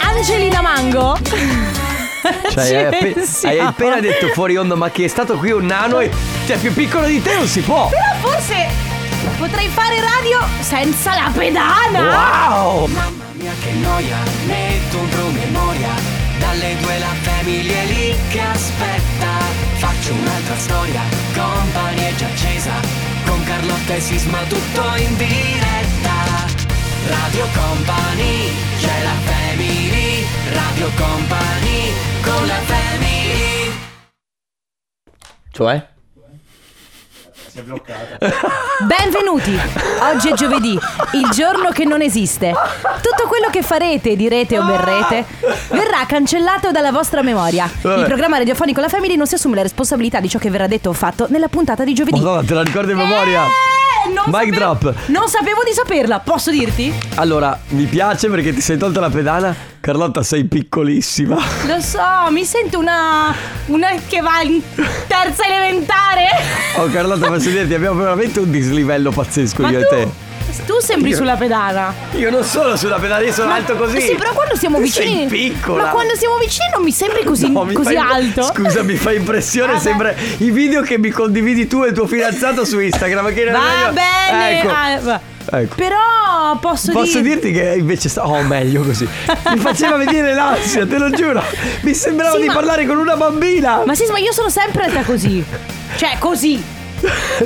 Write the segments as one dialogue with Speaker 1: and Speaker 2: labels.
Speaker 1: Angelina Mango?
Speaker 2: Cioè,
Speaker 1: Ci
Speaker 2: hai, appe-
Speaker 1: pensiamo.
Speaker 2: hai appena detto fuori onda, ma che è stato qui un nano e. Cioè, più piccolo di te non si può!
Speaker 1: Però forse potrei fare radio senza la pedana.
Speaker 2: Wow!
Speaker 3: Mamma mia che noia, metto un promemoria Dalle due la famiglia è lì che aspetta Faccio un'altra storia, company è già accesa Con Carlotta e Sisma tutto in diretta Radio Company, c'è la family Radio Company, con la family
Speaker 2: Cioè?
Speaker 1: Benvenuti. Oggi è giovedì, il giorno che non esiste. Tutto quello che farete, direte o berrete verrà cancellato dalla vostra memoria. Il programma radiofonico La Family non si assume la responsabilità di ciò che verrà detto o fatto nella puntata di giovedì.
Speaker 2: Madonna, te la ricordi in memoria?
Speaker 1: Eh, non
Speaker 2: Mic
Speaker 1: sapevo-
Speaker 2: drop.
Speaker 1: Non sapevo di saperla, posso dirti?
Speaker 2: Allora, mi piace perché ti sei tolta la pedana. Carlotta, sei piccolissima.
Speaker 1: Lo so, mi sento una. una che va in terza elementare.
Speaker 2: Oh, Carlotta, posso dirti, abbiamo veramente un dislivello pazzesco
Speaker 1: Ma
Speaker 2: io
Speaker 1: tu,
Speaker 2: e
Speaker 1: tu sembri sulla pedana.
Speaker 2: te. Io non sono sulla pedana, io sono alto così.
Speaker 1: Sì, però quando siamo
Speaker 2: Tu
Speaker 1: vicini.
Speaker 2: Sei piccola.
Speaker 1: Ma quando siamo vicini non mi sembri così,
Speaker 2: No, mi
Speaker 1: così
Speaker 2: fa-
Speaker 1: alto.
Speaker 2: Scusa, mi fa impressione.
Speaker 1: Vabbè.
Speaker 2: Sembra i video che mi condividi tu e il tuo fidanzato su Instagram. Che
Speaker 1: Va
Speaker 2: io-
Speaker 1: bene.
Speaker 2: Ecco.
Speaker 1: ah, va.
Speaker 2: Ecco.
Speaker 1: Però posso,
Speaker 2: Posso
Speaker 1: dirti.
Speaker 2: dirti che invece sta... Oh, meglio così. Mi faceva venire l'ansia, te lo giuro. Mi sembrava
Speaker 1: Sì,
Speaker 2: di
Speaker 1: ma-
Speaker 2: parlare con una bambina.
Speaker 1: Ma sì, ma io sono sempre alta così. Cioè, così.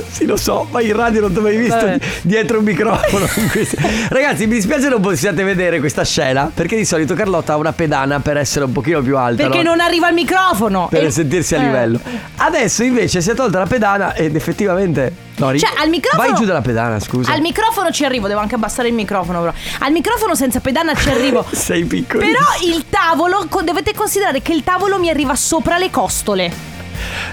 Speaker 2: Sì, lo so, ma in radio non ti ho mai visto
Speaker 1: Vabbè.
Speaker 2: di- dietro un microfono. Questi- Ragazzi, mi dispiace non possiate vedere questa scena, perché di solito Carlotta ha una pedana per essere un pochino più alta.
Speaker 1: Perché
Speaker 2: no?
Speaker 1: non arriva al microfono.
Speaker 2: Per
Speaker 1: E-
Speaker 2: sentirsi a
Speaker 1: eh.
Speaker 2: livello. Adesso invece si è tolta la pedana ed effettivamente. No, ri-
Speaker 1: Cioè, al microfono-
Speaker 2: Vai giù dalla pedana, scusa.
Speaker 1: Al microfono ci arrivo, devo anche abbassare il microfono però. Al microfono senza pedana ci arrivo.
Speaker 2: Sei piccolo.
Speaker 1: Però il tavolo, co- dovete considerare che il tavolo mi arriva sopra le costole.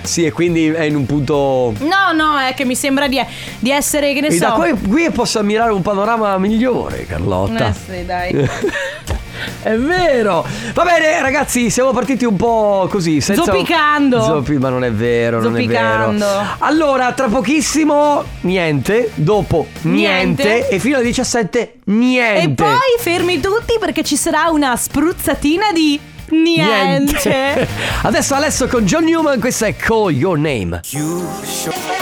Speaker 2: Sì, e quindi è in un punto.
Speaker 1: No, no, è che mi sembra di, di essere, che ne
Speaker 2: E
Speaker 1: so.
Speaker 2: da qui, qui posso ammirare un panorama migliore, Carlotta.
Speaker 1: Eh sì, dai.
Speaker 2: È vero. Va bene, ragazzi, siamo partiti un po' così. Senza...
Speaker 1: Zoppicando.
Speaker 2: Zoppi- ma non è vero, non è vero.
Speaker 1: Zoppicando.
Speaker 2: Allora, tra pochissimo, niente. Dopo, niente.
Speaker 1: Niente.
Speaker 2: E fino alle 17, niente.
Speaker 1: E poi fermi tutti perché ci sarà una spruzzatina di niente.
Speaker 2: Adesso Alesso con John Newman, questa è Call Your Name.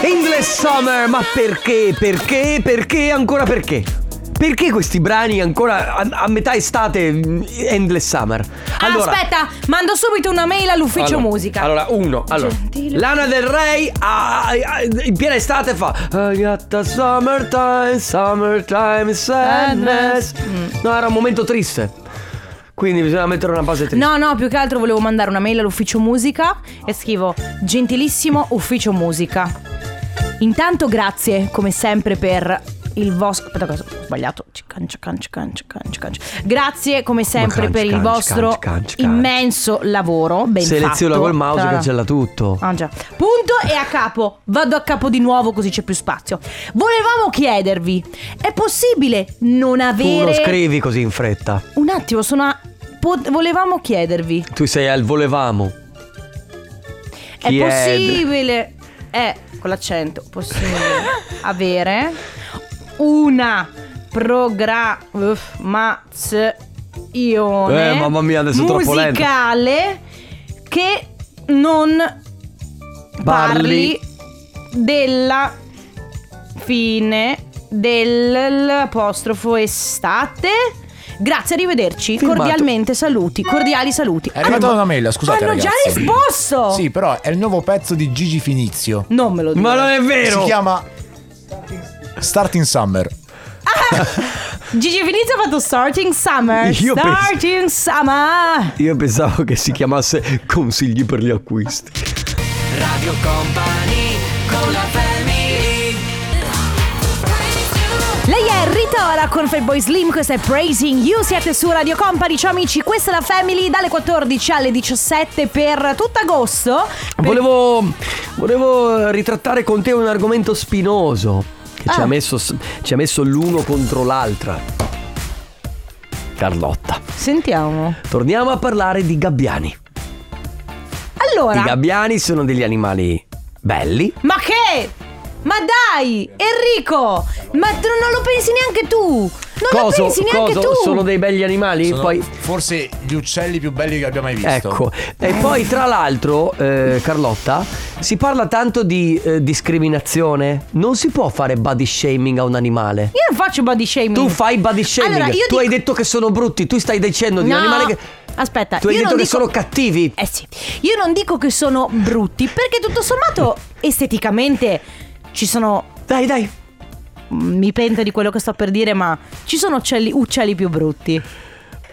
Speaker 2: Endless Summer, ma perché? Perché? Perché? Ancora perché? Perché questi brani ancora a, a metà estate mm, Endless Summer?
Speaker 1: Ah, Aspetta, mando subito una mail all'ufficio
Speaker 2: allora,
Speaker 1: musica.
Speaker 2: Allora, uno, allora,
Speaker 1: Gentile.
Speaker 2: Lana del Rey ah, ah, ah, in piena estate fa I got the summertime, summertime sadness.
Speaker 1: Mm.
Speaker 2: No, era un momento triste. Quindi bisogna mettere una base triste.
Speaker 1: No, no, più che altro volevo mandare una mail all'ufficio musica e scrivo gentilissimo ufficio musica. Intanto grazie come sempre per il vostro... Aspetta, cosa? ho sbagliato. Cancio, cancio, cancio, cancio, cancio. Grazie come sempre
Speaker 2: cancio,
Speaker 1: per il
Speaker 2: cancio,
Speaker 1: vostro
Speaker 2: cancio, cancio, cancio.
Speaker 1: immenso lavoro. Ben
Speaker 2: Seleziona
Speaker 1: fatto.
Speaker 2: col mouse
Speaker 1: Tra-
Speaker 2: cancella tutto.
Speaker 1: Ah già. Punto e a capo. Vado a capo di nuovo così c'è più spazio. Volevamo chiedervi, è possibile non
Speaker 2: Tu lo
Speaker 1: avere...
Speaker 2: scrivi così in fretta.
Speaker 1: Un attimo, sono a... po- Volevamo chiedervi.
Speaker 2: Tu sei al volevamo.
Speaker 1: È
Speaker 2: Chied-
Speaker 1: possibile, è con l'accento, possibile avere una programmazione
Speaker 2: Eh, mamma mia, adesso è troppo lento.
Speaker 1: musicale che non parli
Speaker 2: Parli.
Speaker 1: della fine dell'apostrofo estate. Grazie, arrivederci.
Speaker 2: Firmato.
Speaker 1: Cordialmente saluti. Cordiali saluti.
Speaker 4: È arrivata
Speaker 1: Hanno-
Speaker 4: una mail, scusate
Speaker 1: Hanno
Speaker 4: ragazzi.
Speaker 1: già risposto.
Speaker 4: Sì, però è il nuovo pezzo di Gigi Finizio.
Speaker 1: Non me lo dico.
Speaker 2: Ma non è vero.
Speaker 4: Si chiama Starting Summer.
Speaker 1: Gigi Finizio ha fatto Starting Summer.
Speaker 2: Io penso-
Speaker 1: starting Summer.
Speaker 2: Io pensavo che si chiamasse consigli per gli acquisti.
Speaker 3: Radio Company, con la family
Speaker 1: Lei è Ritora con Fatboy Slim, questa è Praising You, siete su Radio Company, ciao amici, questa è la Family dalle 14 alle 17 per tutto agosto. Per-
Speaker 2: Volevo, volevo ritrattare con te un argomento spinoso che ci,
Speaker 1: Ah.
Speaker 2: ha messo, s- ci ha messo l'uno contro l'altra. Carlotta,
Speaker 1: Sentiamo.
Speaker 2: torniamo a parlare di gabbiani. I
Speaker 1: Allora,
Speaker 2: gabbiani sono degli animali belli.
Speaker 1: ma che? Ma dai, Enrico, ma tu non lo pensi neanche tu? Non la pensi neanche
Speaker 2: coso,
Speaker 1: tu.
Speaker 2: sono dei belli animali?
Speaker 4: Sono
Speaker 2: Poi
Speaker 4: forse gli uccelli più belli che abbia mai visto.
Speaker 2: Ecco, e poi tra l'altro, eh, Carlotta, si parla tanto di eh, discriminazione. Non si può fare body shaming a un animale.
Speaker 1: Io non faccio body shaming.
Speaker 2: Tu fai body shaming.
Speaker 1: Allora, io dico-
Speaker 2: tu hai detto che sono brutti, tu stai dicendo di
Speaker 1: No.
Speaker 2: un animale che.
Speaker 1: Aspetta,
Speaker 2: tu hai
Speaker 1: io
Speaker 2: detto
Speaker 1: non
Speaker 2: che
Speaker 1: dico-
Speaker 2: sono cattivi.
Speaker 1: Eh sì, io non dico che sono brutti, perché tutto sommato esteticamente ci sono. mm,
Speaker 2: Dai, dai.
Speaker 1: Mi pento di quello che sto per dire, ma ci sono uccelli, uccelli più brutti.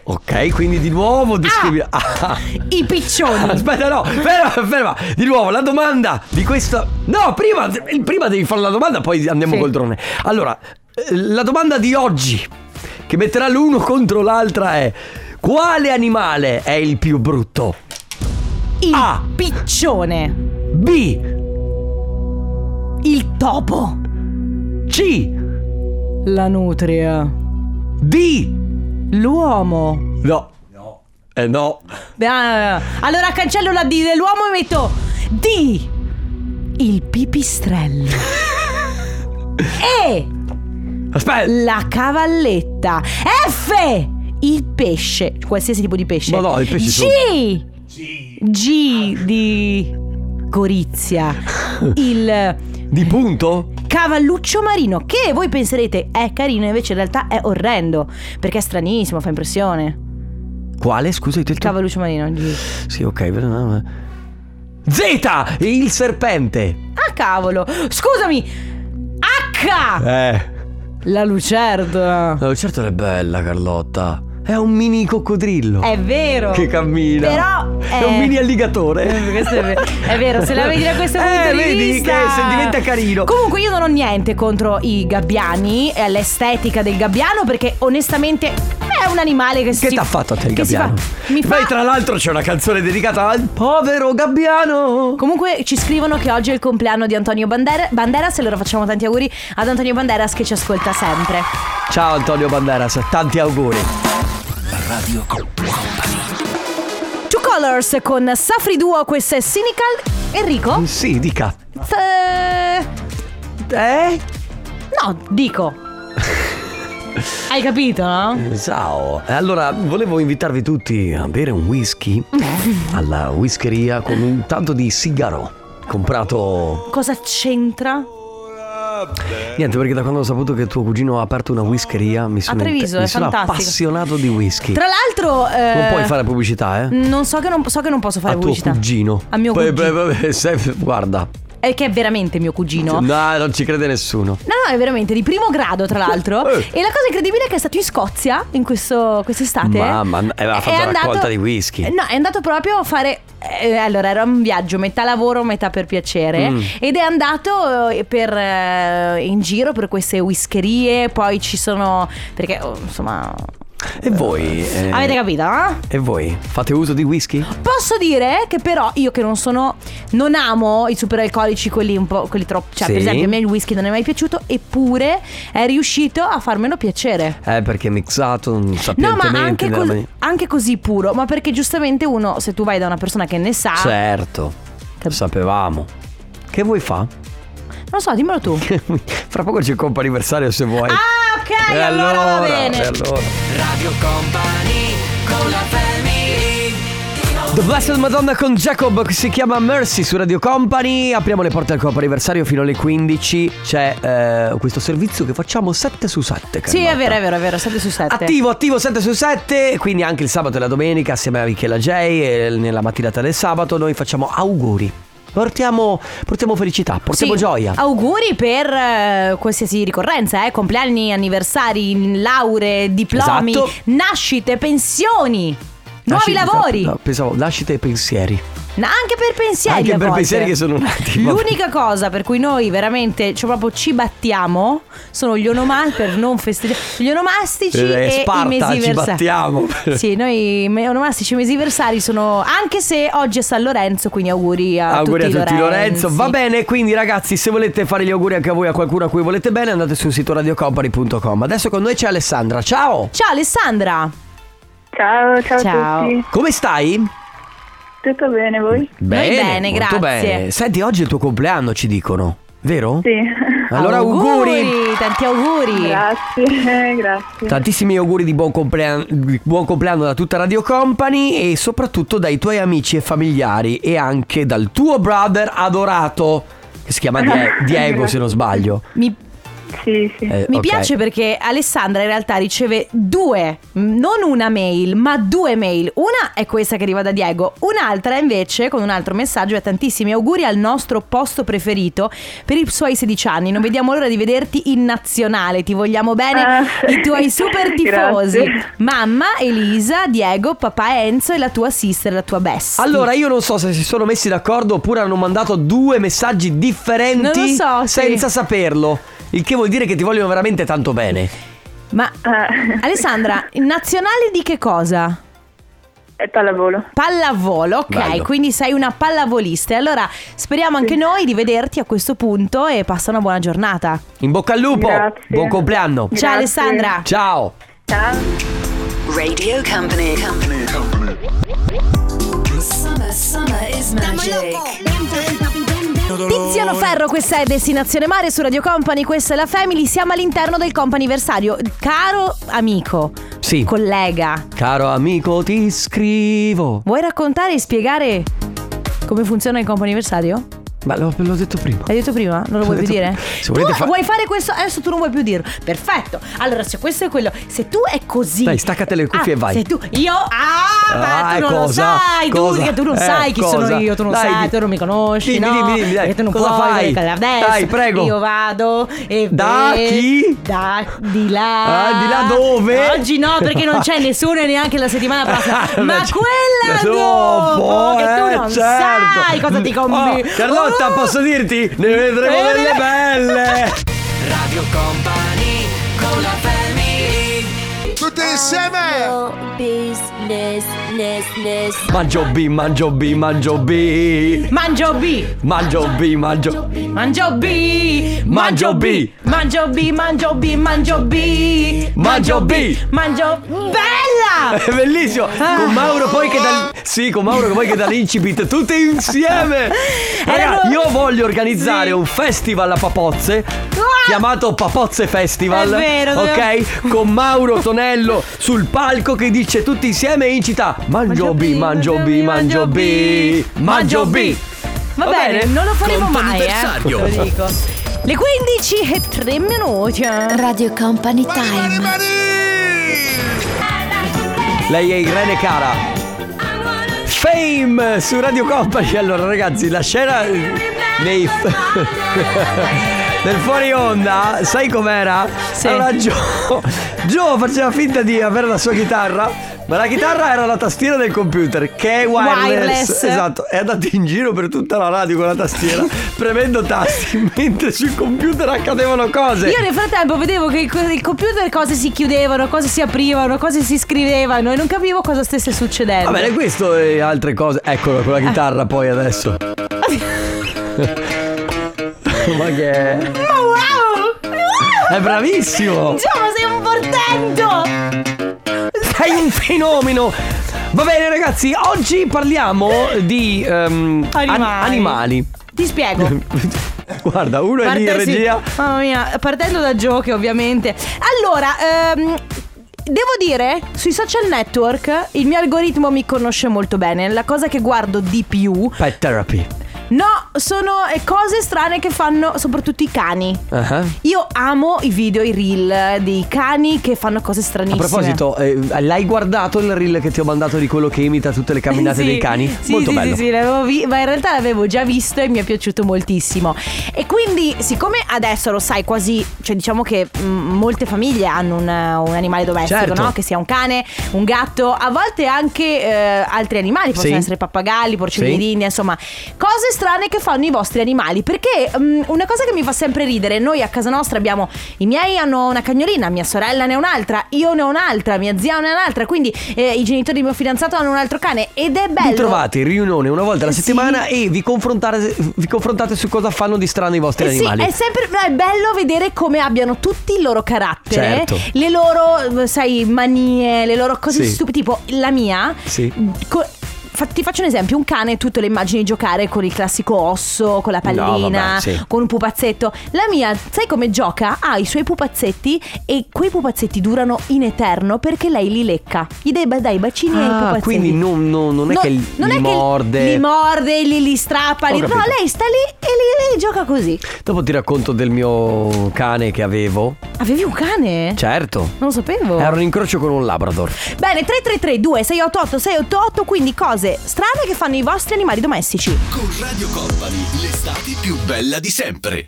Speaker 2: Ok, quindi di nuovo discrimina. Ah.
Speaker 1: I piccioni.
Speaker 2: Aspetta, no, ferma, ferma. Di nuovo, la domanda di questa. No, prima, prima devi fare la domanda, poi andiamo
Speaker 1: Sì.
Speaker 2: col drone. Allora, eh, la domanda di oggi, che metterà l'uno contro l'altra, è: Quale animale è il più brutto?
Speaker 1: Il
Speaker 2: Ah.
Speaker 1: piccione.
Speaker 2: B,
Speaker 1: Il topo.
Speaker 2: C,
Speaker 1: La nutria.
Speaker 2: D.
Speaker 1: L'uomo.
Speaker 2: No. Eh no.
Speaker 1: Beh, ah, allora cancello la D dell'uomo e metto D. Il pipistrello. e.
Speaker 2: Aspetta.
Speaker 1: La cavalletta. F. Il pesce. Qualsiasi tipo di pesce.
Speaker 2: Ma no, il pesce
Speaker 1: G. G di Gorizia. Il
Speaker 2: Di punto?
Speaker 1: cavalluccio marino. Che voi penserete è carino, invece in realtà è orrendo. Perché è stranissimo, fa impressione.
Speaker 2: Quale? Scusa, hai detto il tuo-
Speaker 1: Cavalluccio marino. G.
Speaker 2: Sì, ok. Z, il serpente.
Speaker 1: Ah, cavolo. Scusami. H.
Speaker 2: Eh.
Speaker 1: La lucertola.
Speaker 2: La lucertola Eh, certo è bella, Carlotta. È un mini coccodrillo.
Speaker 1: È vero.
Speaker 2: Che cammina.
Speaker 1: Eh, Però
Speaker 2: è...
Speaker 1: è-
Speaker 2: un mini alligatore.
Speaker 1: Eh, questo è vero. È vero, se la vedi da questo punto
Speaker 2: eh,
Speaker 1: di
Speaker 2: vedi
Speaker 1: vista
Speaker 2: che se diventa carino.
Speaker 1: Comunque io non ho niente contro i gabbiani e l'estetica del gabbiano perché onestamente è un animale che, si
Speaker 2: Che t'ha fatto a te il
Speaker 1: che si
Speaker 2: gabbiano?
Speaker 1: fa- mi fa
Speaker 2: Poi tra l'altro c'è una canzone dedicata al povero gabbiano.
Speaker 1: Comunque ci scrivono che oggi è il compleanno di Antonio Bandera- Banderas e allora facciamo tanti auguri ad Antonio Banderas che ci ascolta sempre.
Speaker 2: Ciao Antonio Banderas, tanti auguri.
Speaker 1: Two Colors con Safri Duo, questo è Cynical. Enrico?
Speaker 2: Sì, dica.
Speaker 1: Eh,
Speaker 2: Eh?
Speaker 1: no, dico. Hai capito, no?
Speaker 2: Ciao, Eh, allora volevo invitarvi tutti a bere un whisky alla whiskeria con un tanto di sigaro comprato
Speaker 1: Cosa c'entra?
Speaker 2: Niente, perché da quando ho saputo che tuo cugino ha aperto una whiskeria mi sono,
Speaker 1: Treviso,
Speaker 2: mi
Speaker 1: è
Speaker 2: sono
Speaker 1: fantastico.
Speaker 2: appassionato di whisky.
Speaker 1: Tra l'altro... eh,
Speaker 2: Non puoi fare pubblicità, eh?
Speaker 1: Non so che non, so che non posso fare
Speaker 2: a
Speaker 1: pubblicità.
Speaker 2: tuo cugino.
Speaker 1: A mio
Speaker 2: Beh,
Speaker 1: cugino.
Speaker 2: beh, beh, beh, sai- guarda.
Speaker 1: È che è veramente mio cugino.
Speaker 2: No.
Speaker 1: No,
Speaker 2: non ci crede nessuno.
Speaker 1: no, è veramente di primo grado, tra l'altro.
Speaker 2: Eh.
Speaker 1: E la cosa incredibile è che è stato in Scozia in questo, quest'estate.
Speaker 2: Mamma, aveva
Speaker 1: È Eh,
Speaker 2: fatto la raccolta di whisky.
Speaker 1: No, è andato proprio a fare. eh, allora, era un viaggio metà lavoro, metà per piacere.
Speaker 2: Mm.
Speaker 1: Ed è andato eh, per, eh, in giro per queste whiskerie. Poi ci sono. Perché, oh, insomma.
Speaker 2: E voi? eh,
Speaker 1: Avete capito, no?
Speaker 2: E voi? Fate uso di whisky?
Speaker 1: Posso dire che però io che non sono non amo i superalcolici quelli un po' quelli troppo, cioè
Speaker 2: Sì.
Speaker 1: per esempio a me il whisky non è mai piaciuto eppure è riuscito a farmelo piacere.
Speaker 2: Eh, perché è mixato, non
Speaker 1: No,
Speaker 2: sapientemente
Speaker 1: ma anche,
Speaker 2: nella
Speaker 1: col-
Speaker 2: mani-
Speaker 1: anche così puro, ma perché giustamente uno se tu vai da una persona che ne sa,
Speaker 2: Certo.
Speaker 1: Ah. Cap-
Speaker 2: Sapevamo. Che vuoi fa?
Speaker 1: non so, dimmelo tu.
Speaker 2: Fra poco c'è il compa anniversario se vuoi.
Speaker 1: ah, ok,
Speaker 2: E
Speaker 1: allora, va
Speaker 2: allora,
Speaker 1: bene.
Speaker 2: e allora.
Speaker 3: Radio Company con la family
Speaker 2: The Blessed Madonna con Jacob che si chiama Mercy su Radio Company. Apriamo le porte al Coppa anniversario fino alle 15. C'è eh, questo servizio che facciamo 7 su 7.
Speaker 1: Sì, è vero, è vero, è vero, 7 su 7.
Speaker 2: Attivo, attivo 7 su 7, quindi anche il sabato e la domenica assieme a Michela J e nella mattinata del sabato noi facciamo auguri. Portiamo, portiamo felicità, portiamo
Speaker 1: Sì,
Speaker 2: gioia.
Speaker 1: Auguri per eh, qualsiasi ricorrenza, eh, compleanni, anniversari, lauree, diplomi,
Speaker 2: Esatto.
Speaker 1: nascite, pensioni, nuovi
Speaker 2: Lasci-
Speaker 1: lavori,
Speaker 2: No, pensavo, lascite i pensieri.
Speaker 1: Na- anche per pensieri.
Speaker 2: Anche
Speaker 1: a
Speaker 2: per
Speaker 1: volte.
Speaker 2: pensieri che sono nati. vabbè.
Speaker 1: L'unica cosa per cui noi veramente cioè, proprio ci battiamo sono gli onomal per non festeggiare gli onomastici
Speaker 2: Eh,
Speaker 1: e
Speaker 2: Sparta,
Speaker 1: i mesi
Speaker 2: ci
Speaker 1: versari.
Speaker 2: battiamo.
Speaker 1: Sì, noi me- onomastici e mesi versari sono anche se oggi è San Lorenzo, quindi auguri a
Speaker 2: Auguri
Speaker 1: tutti
Speaker 2: a tutti
Speaker 1: i
Speaker 2: Lorenzo.
Speaker 1: Lorenzi.
Speaker 2: Va bene, quindi ragazzi, se volete fare gli auguri anche a voi a qualcuno a cui volete bene, andate sul sito radiocompany.com. Adesso con noi c'è Alessandra. Ciao!
Speaker 1: Ciao Alessandra.
Speaker 5: Ciao, ciao,
Speaker 1: Ciao.
Speaker 5: a tutti.
Speaker 2: Come stai?
Speaker 5: Tutto bene voi?
Speaker 1: Noi bene, grazie.
Speaker 2: molto bene. Senti, oggi è il tuo compleanno, ci dicono, vero?
Speaker 5: Sì.
Speaker 2: Allora auguri.
Speaker 1: Tanti auguri.
Speaker 5: Grazie, grazie.
Speaker 2: Tantissimi auguri di buon, complean- di buon compleanno da tutta Radio Company e soprattutto dai tuoi amici e familiari e anche dal tuo brother adorato che si chiama Die- Diego se non sbaglio.
Speaker 1: Mi,
Speaker 5: Sì, sì.
Speaker 2: Eh,
Speaker 1: mi
Speaker 2: ok.
Speaker 1: piace perché Alessandra in realtà riceve due, mh, non una mail, ma due mail. Una è questa che arriva da Diego, un'altra invece con un altro messaggio è tantissimi auguri al nostro posto preferito per i suoi 16 anni. Non vediamo l'ora di vederti in nazionale, ti vogliamo bene
Speaker 5: Ah, sì.
Speaker 1: i tuoi super tifosi.
Speaker 5: Grazie.
Speaker 1: Mamma, Elisa, Diego, papà Enzo e la tua sister, la tua Bess.
Speaker 2: Allora io non so se si sono messi d'accordo oppure hanno mandato due messaggi differenti
Speaker 1: Non lo so, sì.
Speaker 2: senza saperlo. Il che vuol dire che ti vogliono veramente tanto bene.
Speaker 1: Ma
Speaker 5: Eh.
Speaker 1: Alessandra, in nazionale di che cosa?
Speaker 5: È pallavolo.
Speaker 1: Pallavolo, ok,
Speaker 2: Bello.
Speaker 1: quindi sei una pallavolista. E Allora speriamo anche noi di vederti a questo punto e passa una buona giornata.
Speaker 2: In bocca al lupo,
Speaker 5: Grazie.
Speaker 2: buon compleanno.
Speaker 5: Grazie.
Speaker 1: Ciao Alessandra.
Speaker 2: Ciao.
Speaker 5: Ciao.
Speaker 6: Radio Company. Company. Summer, summer is magic.
Speaker 1: Tiziano Ferro, questa è Destinazione Mare su Radio Company, questa è la Family, siamo all'interno del companiversario. Caro amico,
Speaker 2: Sì.
Speaker 1: collega,
Speaker 2: Caro amico, ti scrivo.
Speaker 1: vuoi raccontare e spiegare come funziona il companiversario?
Speaker 2: Ma l'ho, l'ho detto prima.
Speaker 1: Hai detto prima? Non lo vuoi
Speaker 2: Ho
Speaker 1: più
Speaker 2: detto
Speaker 1: dire?
Speaker 2: prima. Se
Speaker 1: Tu
Speaker 2: volete fa-
Speaker 1: vuoi fare questo? Adesso tu non vuoi più dirlo. Perfetto. Allora, se questo è quello, se tu è così.
Speaker 2: Dai, staccate le cuffie
Speaker 1: Ah,
Speaker 2: e vai.
Speaker 1: Se tu. Io. Ah, ma
Speaker 2: Ah,
Speaker 1: tu non
Speaker 2: cosa?
Speaker 1: lo sai.
Speaker 2: Cosa?
Speaker 1: Tu, che tu non
Speaker 2: Eh,
Speaker 1: sai chi
Speaker 2: cosa?
Speaker 1: sono io. Tu non
Speaker 2: Dai,
Speaker 1: sai,
Speaker 2: di-
Speaker 1: tu non mi conosci.
Speaker 2: dimmi,
Speaker 1: no?
Speaker 2: dimmi, dimmi, dai.
Speaker 1: Perché tu non
Speaker 2: Cosa
Speaker 1: puoi.
Speaker 2: fai?
Speaker 1: perché adesso
Speaker 2: Dai, prego.
Speaker 1: Io vado e.
Speaker 2: Da
Speaker 1: ve-
Speaker 2: chi?
Speaker 1: Da di là.
Speaker 2: Ah, di là dove?
Speaker 1: Oggi no, perché non c'è nessuno e neanche la settimana prossima.
Speaker 2: Ma
Speaker 1: ma
Speaker 2: c-
Speaker 1: quella
Speaker 2: dopo,
Speaker 1: dopo. Che tu
Speaker 2: eh,
Speaker 1: non
Speaker 2: certo.
Speaker 1: sai cosa ti combini.
Speaker 2: Oh, Carlotta,
Speaker 1: Oh!
Speaker 2: posso dirti? Ne vedremo
Speaker 1: Eh,
Speaker 2: delle
Speaker 1: eh.
Speaker 2: belle.
Speaker 3: Radio Company con la family
Speaker 4: Tutti insieme!
Speaker 2: Mangio B, mangio B, mangio B.
Speaker 1: Mangio B,
Speaker 2: Mangio B, mangio
Speaker 1: mangio B,
Speaker 2: Mangio B.
Speaker 1: mangio B, mangio B, mangio B,
Speaker 2: Mangio B.
Speaker 1: mangio bella!
Speaker 2: È bellissimo! Con Mauro poi che dal. Sì, con Mauro che poi che dall'incipit, tutti insieme! Raga,
Speaker 1: Erano-
Speaker 2: io voglio organizzare
Speaker 1: Sì.
Speaker 2: un festival a Papozze.
Speaker 1: Ah!
Speaker 2: Chiamato Papozze Festival.
Speaker 1: È vero,
Speaker 2: Ok? Con Mauro Tonello sul palco che dice tutti insieme e incita: Mangio B, mangio B, mangio B, mangio B.
Speaker 1: Va,
Speaker 2: Va
Speaker 1: bene,
Speaker 2: bene?
Speaker 1: non lo faremo mai, eh. Te
Speaker 2: Comp'anniversario.
Speaker 1: lo dico. Le 15 e 3 minuti. eh.
Speaker 6: Radio Company
Speaker 4: Mani,
Speaker 6: Time.
Speaker 4: mani!
Speaker 2: Lei è Irene Cara. Fame su Radio Company. Allora, ragazzi, la scena eh, nei Nel fuori onda, sai com'era?
Speaker 1: Sì.
Speaker 2: Allora Joe, Joe faceva finta di avere la sua chitarra, ma la chitarra era la tastiera del computer, che è wireless.
Speaker 1: Wireless.
Speaker 2: Esatto, è andato in giro per tutta la radio con la tastiera, premendo tasti, mentre sul computer accadevano cose.
Speaker 1: Io nel frattempo vedevo che il co- il computer cose si chiudevano, cose si aprivano, cose si scrivevano e non capivo cosa stesse succedendo.
Speaker 2: Va bene, questo e altre cose. Eccolo con la
Speaker 1: Eh.
Speaker 2: chitarra poi adesso. Ma che è?
Speaker 1: Wow!
Speaker 2: È bravissimo!
Speaker 1: Insomma, sei un portento!
Speaker 2: Sei un fenomeno! Va bene ragazzi, oggi parliamo di ehm, an-
Speaker 1: Animali.
Speaker 2: animali.
Speaker 1: Ti spiego.
Speaker 2: Guarda, uno è lì in
Speaker 1: Parte- sì.
Speaker 2: regia.
Speaker 1: Mamma mia, partendo da Joker ovviamente. Allora, ehm, devo dire, sui social network il mio algoritmo mi conosce molto bene. La cosa che guardo di più,
Speaker 2: Pet therapy.
Speaker 1: no, sono eh, cose strane che fanno soprattutto i cani.
Speaker 2: Ah, ah.
Speaker 1: Io amo i video, i reel eh, dei cani che fanno cose
Speaker 2: A
Speaker 1: stranissime.
Speaker 2: proposito, eh, l'hai guardato il reel che ti ho mandato di quello che imita tutte le camminate
Speaker 1: Sì,
Speaker 2: dei cani?
Speaker 1: Sì,
Speaker 2: Molto
Speaker 1: sì,
Speaker 2: bello.
Speaker 1: Sì, sì, l'avevo vi- ma in realtà l'avevo già visto e mi è piaciuto moltissimo. E quindi, siccome adesso lo sai quasi, cioè diciamo che mh, molte famiglie hanno un, un animale domestico,
Speaker 2: Certo.
Speaker 1: no? Che sia un cane, un gatto, a volte anche eh, altri animali, possono
Speaker 2: Sì.
Speaker 1: essere pappagalli, porcini
Speaker 2: Sì.
Speaker 1: d'India, insomma, cose strane che fanno i vostri animali. Perché mh, una cosa che mi fa sempre ridere, noi a casa nostra abbiamo i miei hanno una cagnolina, mia sorella ne ha un'altra, io ne ho un'altra, mia zia ne ha un'altra, quindi eh, i genitori di mio fidanzato hanno un altro cane ed è bello.
Speaker 2: Vi trovate in riunione una volta alla
Speaker 1: Sì.
Speaker 2: settimana e vi, confrontate- vi confrontate su cosa fanno di strano i vostri
Speaker 1: Eh sì,
Speaker 2: animali.
Speaker 1: è sempre no, è bello vedere come abbiano tutti il loro carattere,
Speaker 2: Certo.
Speaker 1: le loro, eh, sai, manie, le loro cose
Speaker 2: Sì.
Speaker 1: stupide, tipo la mia.
Speaker 2: Sì.
Speaker 1: co- fa- ti faccio un esempio: un cane, tu te lo immagini giocare con il classico osso, con la pallina,
Speaker 2: vabbè, sì.
Speaker 1: con un pupazzetto. La mia, sai come gioca? Ha i suoi pupazzetti e quei pupazzetti durano in eterno perché lei li lecca. Gli dai, dai i bacini ai
Speaker 2: Ah,
Speaker 1: pupazzetti.
Speaker 2: quindi non, non- non è
Speaker 1: No,
Speaker 2: che li,
Speaker 1: non
Speaker 2: li
Speaker 1: è che
Speaker 2: morde.
Speaker 1: li morde, li, li strappa.
Speaker 2: Ho
Speaker 1: Li...
Speaker 2: capito.
Speaker 1: No, lei sta lì e li, li gioca così.
Speaker 2: Dopo ti racconto del mio cane che avevo.
Speaker 1: Avevi un cane?
Speaker 2: Certo.
Speaker 1: Non lo sapevo.
Speaker 2: Era un incrocio con un Labrador.
Speaker 1: Bene, 3332 688 688, quindi cose strane che fanno i vostri animali domestici.
Speaker 7: Con Radio Company, l'estate più bella di sempre.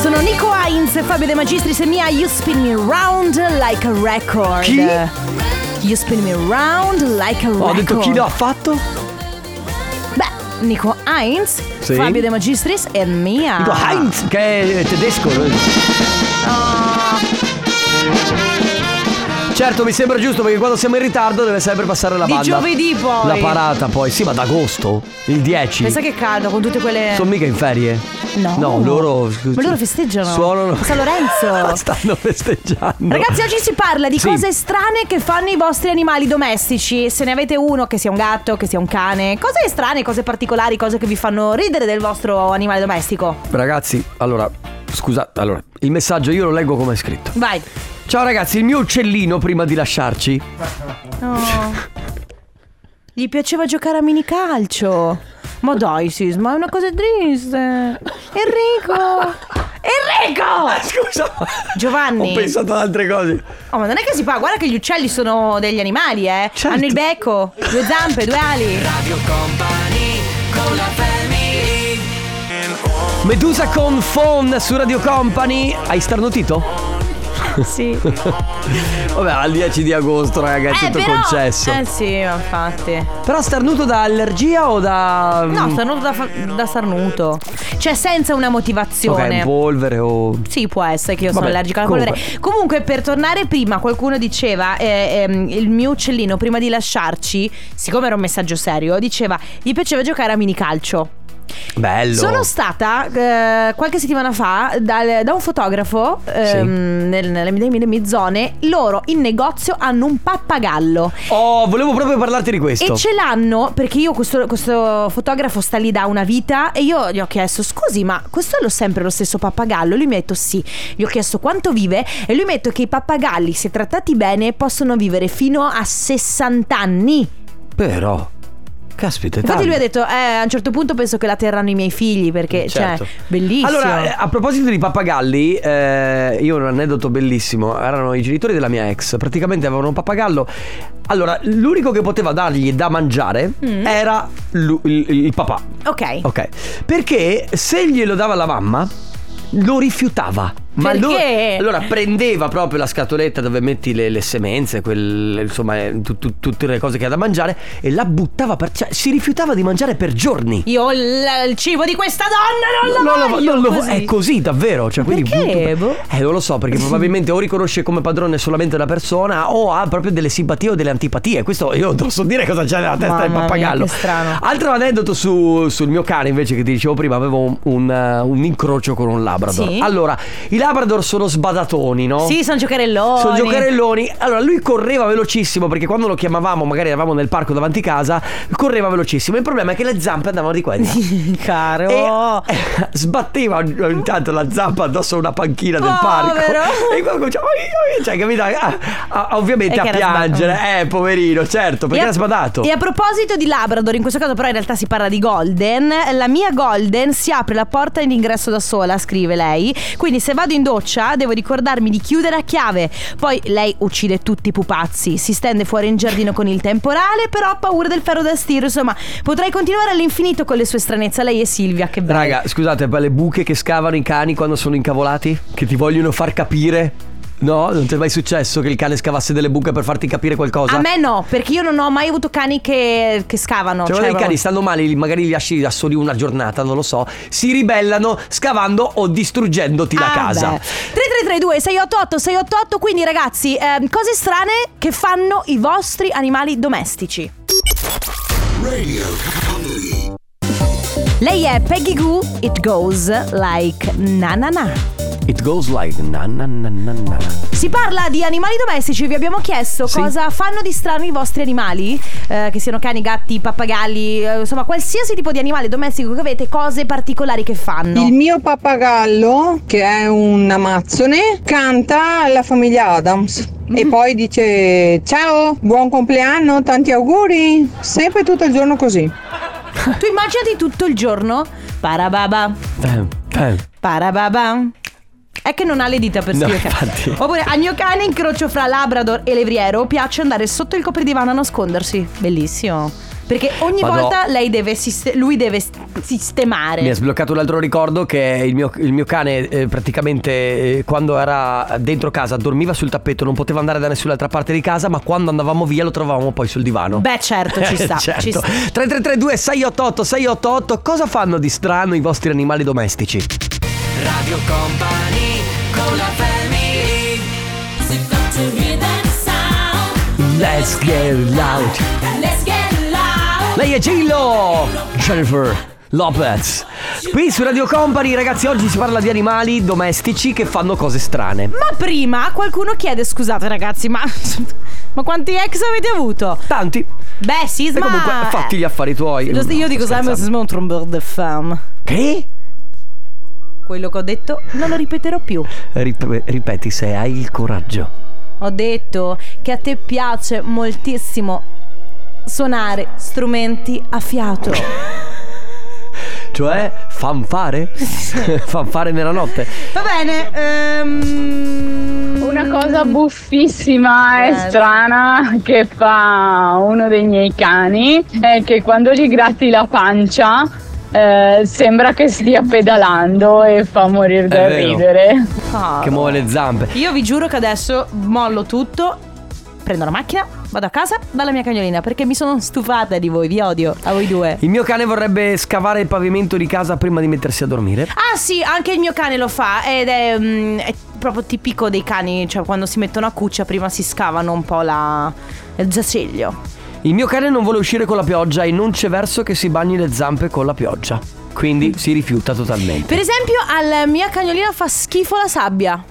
Speaker 1: Sono Nico Heinz, Fabio De Magistris e Mia You Spin Me Round Like a Record.
Speaker 2: Chi? Oh,
Speaker 1: You Spin Me Round Like a
Speaker 2: Ho
Speaker 1: Record.
Speaker 2: detto chi l'ha fatto?
Speaker 1: Ah. Beh, Nico Heinz,
Speaker 2: Sì.
Speaker 1: Fabio De Magistris e Mia.
Speaker 2: Dico Heinz, che è tedesco.
Speaker 1: Ah.
Speaker 2: Certo, mi sembra giusto perché quando siamo in ritardo deve sempre passare la
Speaker 1: Di
Speaker 2: banda.
Speaker 1: giovedì poi. Eh
Speaker 2: La parata poi. Sì, ma ad agosto? Il 10.
Speaker 1: Pensa che cado con tutte quelle...
Speaker 2: Sono mica in ferie?
Speaker 1: Eh. No.
Speaker 2: loro.
Speaker 1: Ma loro festeggiano.
Speaker 2: Suonano.
Speaker 1: San Lorenzo.
Speaker 2: Stanno festeggiando.
Speaker 1: Ragazzi, oggi si parla di
Speaker 2: Sì.
Speaker 1: cose strane che fanno i vostri animali domestici. Se ne avete uno, che sia un gatto, che sia un cane, cose strane, cose particolari, cose che vi fanno ridere del vostro animale domestico.
Speaker 2: Ragazzi, allora, scusa, allora, il messaggio io lo leggo come è scritto.
Speaker 1: Vai.
Speaker 2: Ciao ragazzi, il mio uccellino prima di lasciarci.
Speaker 1: Gli piaceva giocare a minicalcio. Ma dai, Sisma, è una cosa triste. Enrico! Enrico!
Speaker 2: Scusa.
Speaker 1: Giovanni.
Speaker 2: Ho pensato ad altre cose.
Speaker 1: Oh, ma non è che si fa, guarda che gli uccelli sono degli animali, eh.
Speaker 2: Certo.
Speaker 1: Hanno il becco, due zampe, due ali.
Speaker 2: Medusa con Phone su Radio Company. Hai starnutito?
Speaker 1: Sì.
Speaker 2: Vabbè, al 10 di agosto, ragazzi, è tutto
Speaker 1: Eh, però-
Speaker 2: concesso.
Speaker 1: Eh sì, ma infatti.
Speaker 2: Però starnuto da allergia o da mm,
Speaker 1: No, starnuto da, fa- da starnuto. Cioè, senza una
Speaker 2: Ok,
Speaker 1: motivazione.
Speaker 2: in polvere o
Speaker 1: sì, può essere che io sono
Speaker 2: Vabbè,
Speaker 1: allergica alla
Speaker 2: comunque.
Speaker 1: polvere. Comunque, per tornare prima, qualcuno diceva: eh, ehm, il mio uccellino, prima di lasciarci, siccome era un messaggio serio, diceva: gli piaceva giocare a minicalcio.
Speaker 2: bello.
Speaker 1: Sono stata eh, qualche settimana fa dal- da un fotografo ehm, nel- nelle, mie- nelle mie zone. Loro in negozio hanno un pappagallo.
Speaker 2: Oh, volevo proprio parlarti di questo.
Speaker 1: E ce l'hanno perché io questo, questo fotografo sta lì da una vita e io gli ho chiesto scusi ma questo è lo- sempre lo stesso pappagallo? Lui mi ha detto sì, gli ho chiesto quanto vive e lui mi ha detto che i pappagalli se trattati bene possono vivere fino a 60 anni.
Speaker 2: Però Caspita, è
Speaker 1: Infatti
Speaker 2: tanto.
Speaker 1: lui ha detto eh, a un certo punto penso che la terranno i miei figli perché
Speaker 2: Certo.
Speaker 1: cioè bellissimo.
Speaker 2: Allora, eh, a proposito di pappagalli, eh, io ho un aneddoto bellissimo. Erano i genitori della mia ex, praticamente avevano un pappagallo. Allora, l'unico che poteva dargli da mangiare
Speaker 1: Mm.
Speaker 2: era lu- il, il papà.
Speaker 1: ok.
Speaker 2: Ok. Perché se glielo dava la mamma, lo rifiutava. Ma lo-
Speaker 1: Perché?
Speaker 2: allora prendeva proprio la scatoletta dove metti le, le semenze, quel- insomma, eh, tu- tu- tutte le cose che ha da mangiare e la buttava per. cioè, si rifiutava di mangiare per giorni.
Speaker 1: Io il, il cibo di questa donna non lo
Speaker 2: Non lo-
Speaker 1: voglio.
Speaker 2: non lo-
Speaker 1: così.
Speaker 2: È così davvero cioè, quindi
Speaker 1: perché,
Speaker 2: butto-
Speaker 1: boh?
Speaker 2: Eh non lo so perché probabilmente o riconosce come padrone solamente una persona O ha proprio delle simpatie o delle antipatie Questo io non so dire cosa c'è nella testa
Speaker 1: Mamma
Speaker 2: del
Speaker 1: mia,
Speaker 2: pappagallo
Speaker 1: che strano.
Speaker 2: Altro aneddoto su- sul mio cane invece che ti dicevo prima Avevo un, un- un incrocio con un labrador
Speaker 1: Sì.
Speaker 2: Allora i labrador sono sbadatoni no?
Speaker 1: Sì, sono giocherelloni.
Speaker 2: Sono giocherelloni. Allora, lui correva velocissimo perché quando lo chiamavamo, magari eravamo nel parco davanti casa, correva velocissimo. Il problema è che le zampe andavano di qua e di là.
Speaker 1: Caro.
Speaker 2: E eh, sbatteva ogni ogni tanto la zampa addosso a una panchina del
Speaker 1: Povero.
Speaker 2: parco. E poi cominciava. "Oi, oi", Cioè, capito? Ah, ah,
Speaker 1: E
Speaker 2: ovviamente
Speaker 1: che
Speaker 2: a
Speaker 1: era
Speaker 2: piangere. Eh, poverino, certo, perché
Speaker 1: E a-
Speaker 2: era sbadato.
Speaker 1: E a proposito di Labrador, in questo caso però in realtà si parla di Golden, la mia Golden si apre la porta in ingresso da sola, scrive lei. Quindi se vado in doccia devo ricordarmi di chiudere a chiave. Poi lei uccide tutti i pupazzi, si stende fuori in giardino con il temporale, però ha paura del ferro da stiro, insomma, potrei continuare all'infinito con le sue stranezze, lei e Silvia, che bello.
Speaker 2: Raga, scusate, per le buche che scavano i cani quando sono incavolati? Che ti vogliono far capire? No? Non ti è mai successo che il cane scavasse delle buche per farti capire qualcosa?
Speaker 1: A me no, perché io non ho mai avuto cani che, che scavano. cioè,
Speaker 2: Cioè, quando i cani
Speaker 1: proprio-
Speaker 2: stanno male, li- magari li lasci da soli una giornata, non lo so. Si ribellano scavando o distruggendoti la
Speaker 1: Ah,
Speaker 2: casa.
Speaker 1: beh. 3332 688 688 Quindi ragazzi ehm, Cose strane che fanno i vostri animali domestici Lei è Peggy Goo It goes like na na na
Speaker 2: It goes like na na na na na.
Speaker 1: Si parla di animali domestici, vi abbiamo chiesto
Speaker 2: Sì.
Speaker 1: cosa fanno di strano i vostri animali, eh, che siano cani, gatti, pappagalli, eh, insomma qualsiasi tipo di animale domestico che avete, cose particolari che fanno.
Speaker 8: Il mio pappagallo, che è un amazzone, canta la famiglia Adams. E poi dice ciao, buon compleanno, tanti auguri. Sempre tutto il giorno così.
Speaker 1: Tu immaginati tutto il giorno, parababa,
Speaker 2: Bam, bam.
Speaker 1: parababa. È che non ha le dita per
Speaker 2: No,
Speaker 1: spiegare.
Speaker 2: infatti.
Speaker 1: Oppure al mio cane incrocio fra Labrador e Levriero piace andare sotto il copridivano a nascondersi. Bellissimo. Perché ogni
Speaker 2: Madò.
Speaker 1: volta lei deve siste- lui deve s- sistemare.
Speaker 2: Mi ha sbloccato un altro ricordo che il mio, il mio cane eh, praticamente eh, quando era dentro casa dormiva sul tappeto, non poteva andare da nessun'altra parte di casa, ma quando andavamo via lo trovavamo poi sul divano.
Speaker 1: Beh, certo, ci sta.
Speaker 2: certo.
Speaker 1: Ci sta.
Speaker 2: 3332 688 688 cosa fanno di strano i vostri animali domestici?
Speaker 3: Radio Company con la family
Speaker 2: Let's get loud. Lei è Gillo! Jennifer Lopez. Qui su Radio Company, ragazzi, oggi si parla di animali domestici che fanno cose strane.
Speaker 1: Ma prima qualcuno chiede scusate ragazzi, ma, ma quanti ex avete avuto?
Speaker 2: Tanti.
Speaker 1: Beh,
Speaker 2: E
Speaker 1: Sisma
Speaker 2: comunque fatti gli affari tuoi.
Speaker 1: eh, lo- Io
Speaker 2: No,
Speaker 1: dico
Speaker 2: sto
Speaker 1: sempre
Speaker 2: scherzando.
Speaker 1: Sisma è un trombone de femme.
Speaker 2: Che?
Speaker 1: Quello che ho detto non lo ripeterò più.
Speaker 2: Rip- ripeti se hai il coraggio.
Speaker 1: Ho detto che a te piace moltissimo suonare strumenti a fiato.
Speaker 2: Cioè, fanfare? fanfare nella notte.
Speaker 1: Va bene, ehm...
Speaker 9: Una cosa buffissima e
Speaker 1: Eh.
Speaker 9: strana che fa uno dei miei cani è che quando gli gratti la pancia eh, sembra che stia pedalando e fa morire da
Speaker 2: vero.
Speaker 9: ridere.
Speaker 1: Cavolo.
Speaker 2: Che muove le zampe.
Speaker 1: Io vi giuro che adesso mollo tutto, prendo la macchina, vado a casa dalla mia cagnolina perché mi sono stufata di voi, vi odio, a voi due.
Speaker 2: Il mio cane vorrebbe scavare il pavimento di casa prima di mettersi a dormire.
Speaker 1: Ah sì, anche il mio cane lo fa ed è, mm, è proprio tipico dei cani, cioè quando si mettono a cuccia prima si scavano un po' la... il giaciglio.
Speaker 2: Il mio cane non vuole uscire con la pioggia e non c'è verso che si bagni le zampe con la pioggia.
Speaker 1: Mm.
Speaker 2: Quindi si rifiuta totalmente.
Speaker 1: Per esempio alla mia cagnolina fa schifo la sabbia.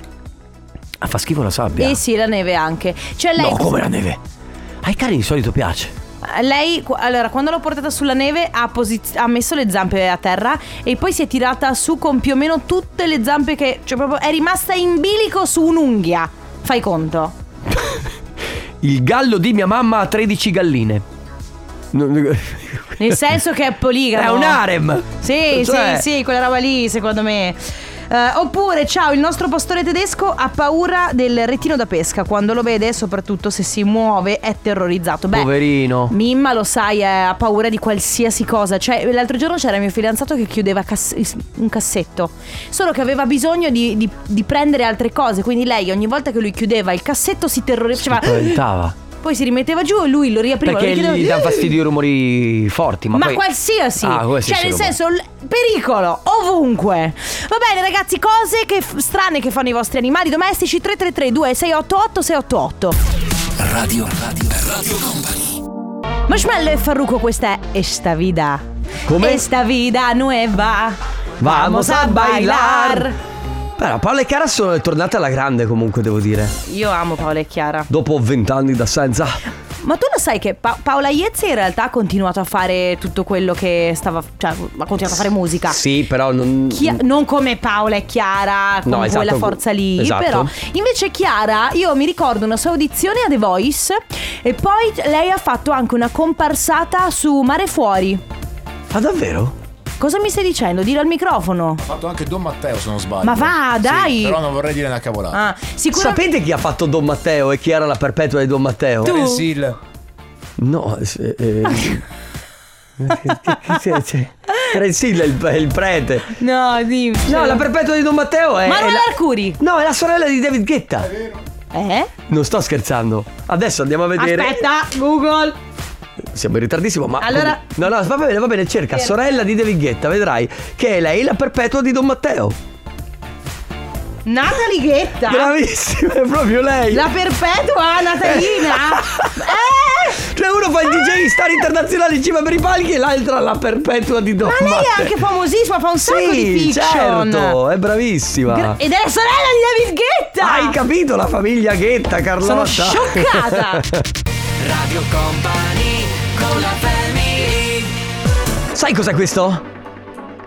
Speaker 2: Ah, fa schifo la sabbia.
Speaker 1: Eh sì, la neve anche. Cioè lei...
Speaker 2: No, come la neve. Ai cani di solito piace.
Speaker 1: Lei, qu- allora, quando l'ho portata sulla neve ha, posiz- ha messo le zampe a terra e poi si è tirata su con più o meno tutte le zampe che... Cioè proprio è rimasta in bilico su un'unghia. Fai conto.
Speaker 2: Il gallo di mia mamma ha 13 galline. Non-
Speaker 1: Nel senso che è
Speaker 2: È
Speaker 1: poligrafo.
Speaker 2: un harem.
Speaker 1: Sì,
Speaker 2: Cioè-
Speaker 1: sì, sì, quella roba lì, secondo me. Eh, oppure, ciao, il nostro pastore tedesco ha paura del retino da pesca. Quando lo vede, soprattutto se si muove, è terrorizzato. Beh,
Speaker 2: Poverino.
Speaker 1: Mimma, lo sai, è- ha paura di qualsiasi cosa. Cioè, l'altro giorno c'era mio fidanzato che chiudeva cass- un cassetto. Solo che aveva bisogno di, di- di prendere altre cose. Quindi lei, ogni volta che lui chiudeva il cassetto, si terrorizzava.
Speaker 2: Spaventava.
Speaker 1: Poi si rimetteva giù e lui lo riapriva. lo
Speaker 2: Perché
Speaker 1: richiudeva.
Speaker 2: gli dà fastidio i rumori forti. Ma,
Speaker 1: "Eh". Ma
Speaker 2: poi-
Speaker 1: qualsiasi,
Speaker 2: Ah, qualsiasi
Speaker 1: cioè nel
Speaker 2: rumore.
Speaker 1: senso l- pericolo ovunque. Va bene ragazzi, cose che f- strane che fanno i vostri animali domestici 333 2688 688.
Speaker 7: Radio, radio, radio Company.
Speaker 1: Marshmallow e Farruko questa è Esta vida.
Speaker 2: Come?
Speaker 1: Esta vida nueva.
Speaker 2: Vamos a
Speaker 1: bailar.
Speaker 2: bailar. Però Paola e Chiara sono tornate alla grande comunque, devo dire.
Speaker 1: Io amo Paola e Chiara.
Speaker 2: Dopo vent'anni d'assenza.
Speaker 1: Ma tu lo sai che Pa- Paola Iezzi in realtà ha continuato a fare tutto quello che stava cioè ha continuato a fare musica.
Speaker 2: Sì, però non...
Speaker 1: Chi- non come Paola e Chiara con
Speaker 2: Mm-hmm. No, esatto,
Speaker 1: quella forza lì
Speaker 2: esatto.
Speaker 1: però invece Chiara io mi ricordo una sua audizione a The Voice e poi lei ha fatto anche una comparsata su Mare Fuori
Speaker 2: Ma davvero?
Speaker 1: cosa mi stai dicendo dillo al microfono
Speaker 4: Ho fatto anche Don Matteo se non sbaglio.
Speaker 1: Ma va,
Speaker 4: Sì,
Speaker 1: dai!
Speaker 4: però non vorrei dire una cavolata.
Speaker 1: ah, sicuramente
Speaker 2: Sapete chi ha fatto Don Matteo e chi era la perpetua di Don Matteo?
Speaker 1: Tu.
Speaker 4: Terence Hill.
Speaker 2: No, eh, eh, che- che- Terence Hill è il, è il prete.
Speaker 1: no dimmi
Speaker 2: No, la perpetua di Don Matteo è.
Speaker 1: Manuela
Speaker 2: è la-
Speaker 1: Arcuri
Speaker 2: No, è la sorella di David Guetta.
Speaker 1: eh?
Speaker 2: Non sto scherzando. Adesso andiamo a vedere.
Speaker 1: aspetta Google
Speaker 2: Siamo in ritardissimo, ma.
Speaker 1: Allora-
Speaker 2: No, no, va bene, va bene, cerca. Sorella di David Guetta, vedrai. Che è lei la perpetua di Don Matteo.
Speaker 1: Natalie Ghetta
Speaker 2: Bravissima, è proprio lei.
Speaker 1: la perpetua Natalina eh
Speaker 2: Cioè uno fa il DJ in star internazionale in cima per i palchi e l'altra la perpetua di Don
Speaker 1: Ma lei è
Speaker 2: Matteo.
Speaker 1: anche famosissima, fa un sacco
Speaker 2: sì,
Speaker 1: di fiction.
Speaker 2: certo, è bravissima.
Speaker 1: Gra- Ed è la sorella di David Guetta.
Speaker 2: Hai capito la famiglia Ghetta,
Speaker 1: Sono
Speaker 2: Carlotta?
Speaker 1: scioccata.
Speaker 3: Radio Company con la family
Speaker 2: Sai cos'è questo?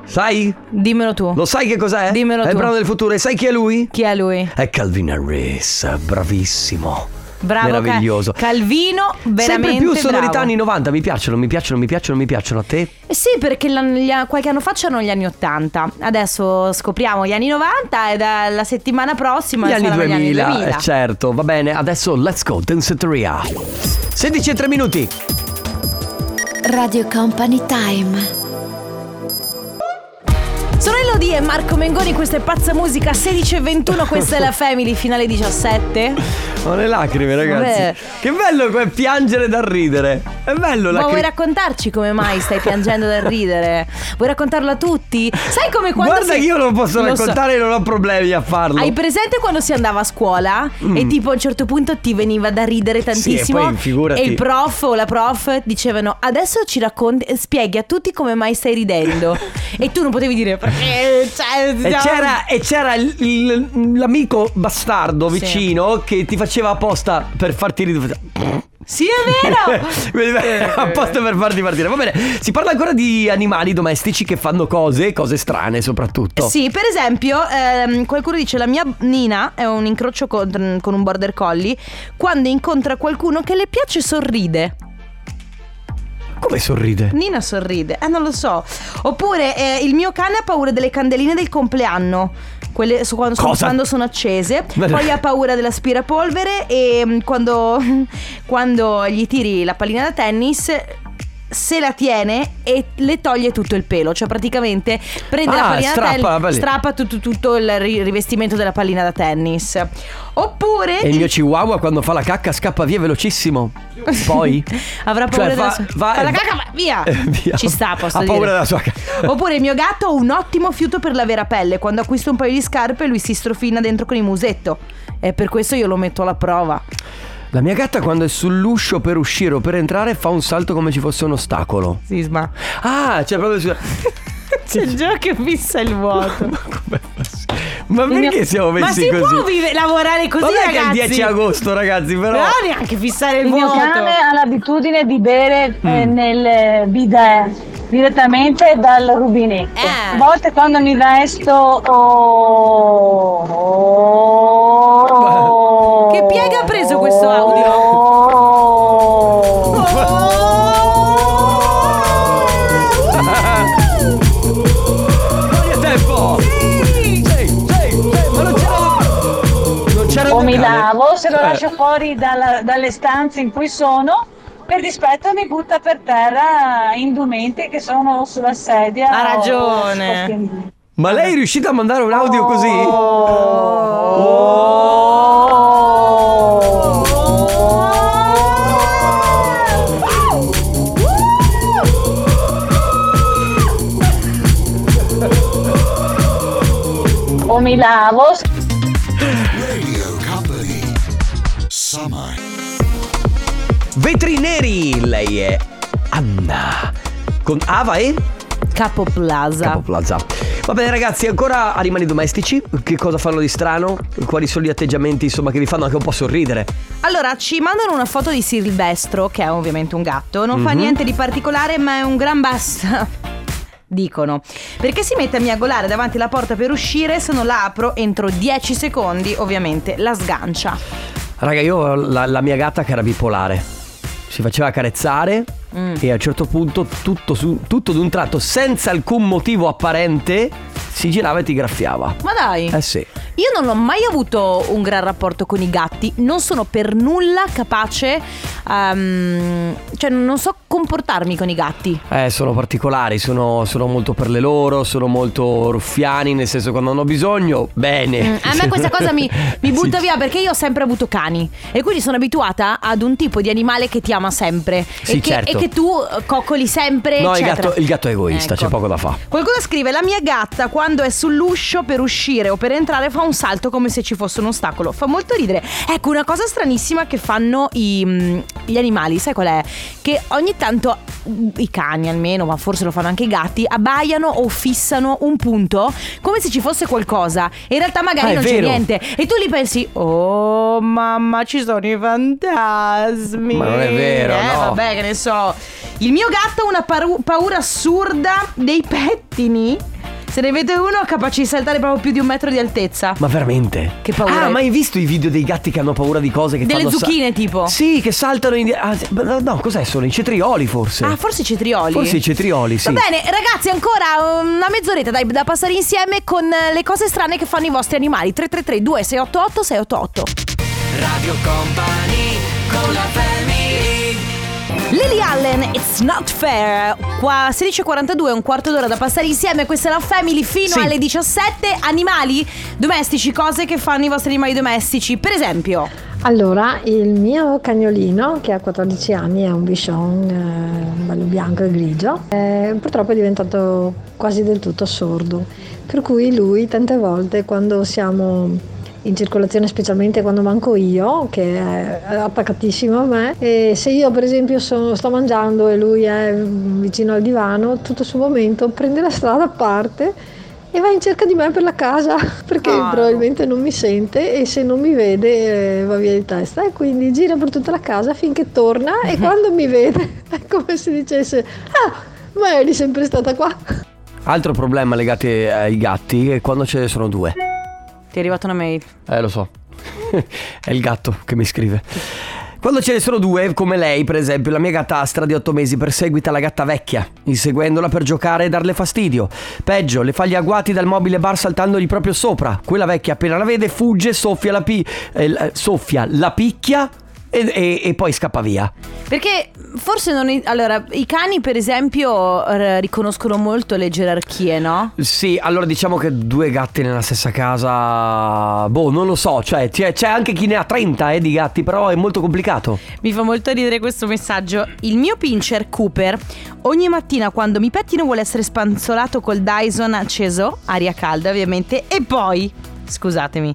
Speaker 2: Sai?
Speaker 1: Dimmelo tu.
Speaker 2: Lo sai che cos'è?
Speaker 1: Dimmelo
Speaker 2: È il
Speaker 1: tu.
Speaker 2: brano del futuro e sai chi è lui?
Speaker 1: Chi è lui?
Speaker 2: È Calvin Harris, bravissimo.
Speaker 1: Bravo. Ca-
Speaker 2: Meraviglioso.
Speaker 1: Calvino, veramente.
Speaker 2: Sempre più sonorità
Speaker 1: bravo. Eh
Speaker 2: anni 90, mi piacciono, mi piacciono, mi piacciono, mi piacciono a te.
Speaker 1: Sì, perché l'an- gli a- qualche anno fa c'erano gli anni 80. Adesso scopriamo gli anni 90 e dalla settimana prossima
Speaker 2: gli anni
Speaker 1: saranno
Speaker 2: 2000,
Speaker 1: gli anni 2000.
Speaker 2: eh, certo, va bene. Adesso let's go, Danceteria. 16 e 3 minuti.
Speaker 6: Radio Company Time.
Speaker 2: cioè.
Speaker 1: Sono Elodie e Marco Mengoni, questa è Pazza Musica 16 e 21, questa è la Family finale 17.
Speaker 2: Ho le lacrime, ragazzi.
Speaker 1: Vabbè.
Speaker 2: Che bello come piangere da ridere. È bello
Speaker 1: Ma
Speaker 2: la
Speaker 1: vuoi raccontarci come mai stai piangendo dal ridere? Vuoi raccontarlo a tutti? Sai come quando
Speaker 2: Guarda
Speaker 1: si-
Speaker 2: che io non posso
Speaker 1: Lo so.
Speaker 2: raccontare e non ho problemi a farlo.
Speaker 1: Hai presente quando si andava a scuola e tipo a un certo punto ti veniva da ridere tantissimo
Speaker 2: Mm. e poi figurati-
Speaker 1: e il prof o la prof dicevano adesso ci racconti spieghi a tutti come mai stai ridendo e tu non potevi dire perché cioè,
Speaker 2: E
Speaker 1: siamo-
Speaker 2: c'era, e c'era il- il- l'amico bastardo
Speaker 1: Sì.
Speaker 2: vicino che ti faceva apposta per farti ridere.
Speaker 1: Sì è vero Eh,
Speaker 2: apposta per farti partire. Va bene, si parla ancora di animali domestici che fanno cose, cose strane soprattutto.
Speaker 1: Sì, per esempio, ehm, qualcuno dice la mia Nina è un incrocio con, con un border collie quando incontra qualcuno che le piace sorride.
Speaker 2: Come sorride?
Speaker 1: Nina sorride, eh non lo so. Oppure eh, il mio cane ha paura delle candeline del compleanno. Quelle su- quando, sono,
Speaker 2: Cosa?
Speaker 1: quando sono accese,
Speaker 2: Ma-
Speaker 1: poi ha paura dell'aspirapolvere e mm, quando, quando gli tiri la pallina da tennis se la tiene e le toglie tutto il pelo, cioè praticamente prende la
Speaker 2: Ah,
Speaker 1: pallina
Speaker 2: strappa
Speaker 1: da tennis,
Speaker 2: la pallina.
Speaker 1: strappa tutto, tutto il ri- rivestimento della pallina da tennis. Oppure
Speaker 2: E il mio chihuahua quando fa la cacca scappa via velocissimo. Poi
Speaker 1: Avrà paura
Speaker 2: Cioè,
Speaker 1: della
Speaker 2: va-
Speaker 1: sua-
Speaker 2: va-
Speaker 1: fa la cacca, va- via.
Speaker 2: Eh, via.
Speaker 1: Ci sta, posso
Speaker 2: Ha
Speaker 1: dire. Oh.
Speaker 2: paura della sua cacca.
Speaker 1: Oppure il mio gatto ha un ottimo fiuto per la vera pelle. Quando acquisto un paio di scarpe, lui si strofina dentro con il musetto. E per questo io lo metto alla prova.
Speaker 2: la mia gatta quando è sull'uscio per uscire o per entrare fa un salto come ci fosse un ostacolo.
Speaker 1: Sisma.
Speaker 2: Ah, cioè proprio su-
Speaker 1: C'è già che fissa il vuoto.
Speaker 2: Come fa- Ma perché siamo
Speaker 1: Ma
Speaker 2: messi
Speaker 1: si
Speaker 2: così?
Speaker 1: può vive- lavorare così,
Speaker 2: Vabbè che è il
Speaker 1: ragazzi?
Speaker 2: 10 agosto, ragazzi, però.
Speaker 1: No, neanche fissare il,
Speaker 9: Il mio
Speaker 1: vuoto.
Speaker 9: cane ha l'abitudine di bere eh, nel bidet direttamente dal rubinetto.
Speaker 1: Eh.
Speaker 9: A volte quando mi vesto oh, oh,
Speaker 1: Che piega ha preso questo audio?
Speaker 9: oh.
Speaker 2: Non è tempo! Sì, sì, sì, ma non c'era. Non c'era
Speaker 9: o
Speaker 2: il
Speaker 9: mi
Speaker 2: locale.
Speaker 9: lavo, se lo
Speaker 2: Eh,
Speaker 9: lascio fuori dalla- dalle stanze in cui sono, per dispetto mi butta per terra indumenti che sono sulla sedia.
Speaker 1: Ha
Speaker 9: o-
Speaker 1: ragione.
Speaker 9: o scotti-
Speaker 2: Ma lei è riuscita a mandare un
Speaker 9: Oh.
Speaker 2: audio così?
Speaker 9: O mi lavo,
Speaker 7: Radio Company. Summer.
Speaker 2: Vetri neri, lei è Anna. Con Ava e
Speaker 1: Capo Plaza.
Speaker 2: Capo Plaza. Va bene ragazzi, ancora animali domestici, che cosa fanno di strano? Quali sono gli atteggiamenti insomma che vi fanno anche un po' sorridere?
Speaker 1: Allora, ci mandano una foto di Silvestro, che è ovviamente un gatto. Non fa niente di particolare, ma è un gran basta. Dicono. Perché si mette a miagolare davanti alla porta per uscire, se non la apro entro 10 secondi, ovviamente la sgancia.
Speaker 2: Raga, io ho la, la mia gatta che era bipolare. Si faceva carezzare
Speaker 1: Mm.
Speaker 2: e a un certo punto tutto, su, tutto d'un tratto, senza alcun motivo apparente, si girava e ti graffiava.
Speaker 1: Ma dai!
Speaker 2: Eh sì.
Speaker 1: Io non ho mai avuto un gran rapporto con i gatti, non sono per nulla capace, ehm, cioè non so comportarmi con i gatti.
Speaker 2: Eh, sono particolari, sono, sono molto per le loro, sono molto ruffiani, nel senso quando hanno bisogno, bene.
Speaker 1: Mm, A me questa cosa mi, mi butta
Speaker 2: Sì.
Speaker 1: via perché io ho sempre avuto cani e quindi sono abituata ad un tipo di animale che ti ama sempre
Speaker 2: Sì,
Speaker 1: e, che,
Speaker 2: certo.
Speaker 1: e che tu eh, coccoli sempre.
Speaker 2: No, il
Speaker 1: eccetera.
Speaker 2: gatto, il gatto è egoista,
Speaker 1: Ecco.
Speaker 2: c'è poco da fa.
Speaker 1: Qualcuno scrive: La mia gatta quando è sull'uscio per uscire o per entrare fa un salto come se ci fosse un ostacolo. Fa molto ridere. Ecco, una cosa stranissima che fanno i, mm, gli animali, sai qual è? Che ogni tanto mm, i cani almeno, ma forse lo fanno anche i gatti, abbaiano o fissano un punto come se ci fosse qualcosa. E in realtà magari
Speaker 2: Ah, è
Speaker 1: non c'è
Speaker 2: vero.
Speaker 1: niente. E tu li pensi, oh mamma, ci sono i fantasmi.
Speaker 2: Ma non è vero,
Speaker 1: Eh,
Speaker 2: no.
Speaker 1: vabbè, che ne so. Il mio gatto ha una paru- paura assurda dei pettini. Se ne vede uno capace di saltare proprio più di un metro di altezza.
Speaker 2: Ma veramente?
Speaker 1: Che paura.
Speaker 2: Ah, ma hai visto i video dei gatti che hanno paura di cose che
Speaker 1: Delle
Speaker 2: fanno sa-
Speaker 1: zucchine, tipo.
Speaker 2: Sì, che saltano in. ah, sì, ma no, cos'è? Sono i cetrioli, forse.
Speaker 1: Ah, forse i cetrioli.
Speaker 2: Forse i cetrioli, sì.
Speaker 1: Va bene, ragazzi, ancora una mezz'oretta dai, da passare insieme con eh, le cose strane che fanno i vostri animali. 333 2688 688.
Speaker 3: Radio Company con la family
Speaker 1: Lily Allen, it's not fair. Qua 16.42 è un quarto d'ora da passare insieme. Questa è la family fino
Speaker 2: Sì.
Speaker 1: alle 17. Animali domestici, cose che fanno i vostri animali domestici. Per esempio,
Speaker 10: Allora, il mio cagnolino, che ha 14 anni, è un bichon eh, bello bianco e grigio, eh, purtroppo è diventato quasi del tutto sordo. Per cui lui tante volte quando siamo in circolazione, specialmente quando manco io, che è attaccatissimo a me, e se io per esempio so- sto mangiando e lui è Eh, vicino al divano, tutto sul momento prende la strada a parte e va in cerca di me per la casa perché
Speaker 1: Ah.
Speaker 10: probabilmente non mi sente e se non mi vede eh, va via di testa e quindi gira per tutta la casa finché torna e quando mi vede è come se dicesse ah ma eri sempre stata qua
Speaker 2: Altro problema legato ai gatti è quando ce ne sono due.
Speaker 1: ti è arrivata una mail.
Speaker 2: Eh, lo so. è il gatto che mi scrive. Quando ce ne sono due, come lei, per esempio, la mia gatta astra di 8 mesi perseguita la gatta vecchia, inseguendola per giocare e darle fastidio. Peggio, le fa gli agguati dal mobile bar saltandogli proprio sopra. Quella vecchia, appena la vede, fugge, soffia la, pi- eh, la- soffia, la picchia e- e- e poi scappa via.
Speaker 1: Perché forse non. Allora, i cani, per esempio, r- riconoscono molto le gerarchie, no?
Speaker 2: Sì, allora diciamo che due gatti nella stessa casa. Boh, non lo so. Cioè, c'è, c'è anche chi ne ha 30 eh, di gatti, però è molto complicato.
Speaker 1: Mi fa molto ridere questo messaggio. Il mio pincher Cooper ogni mattina quando mi pettino vuole essere spanzolato col Dyson acceso, aria calda ovviamente, e poi, scusatemi,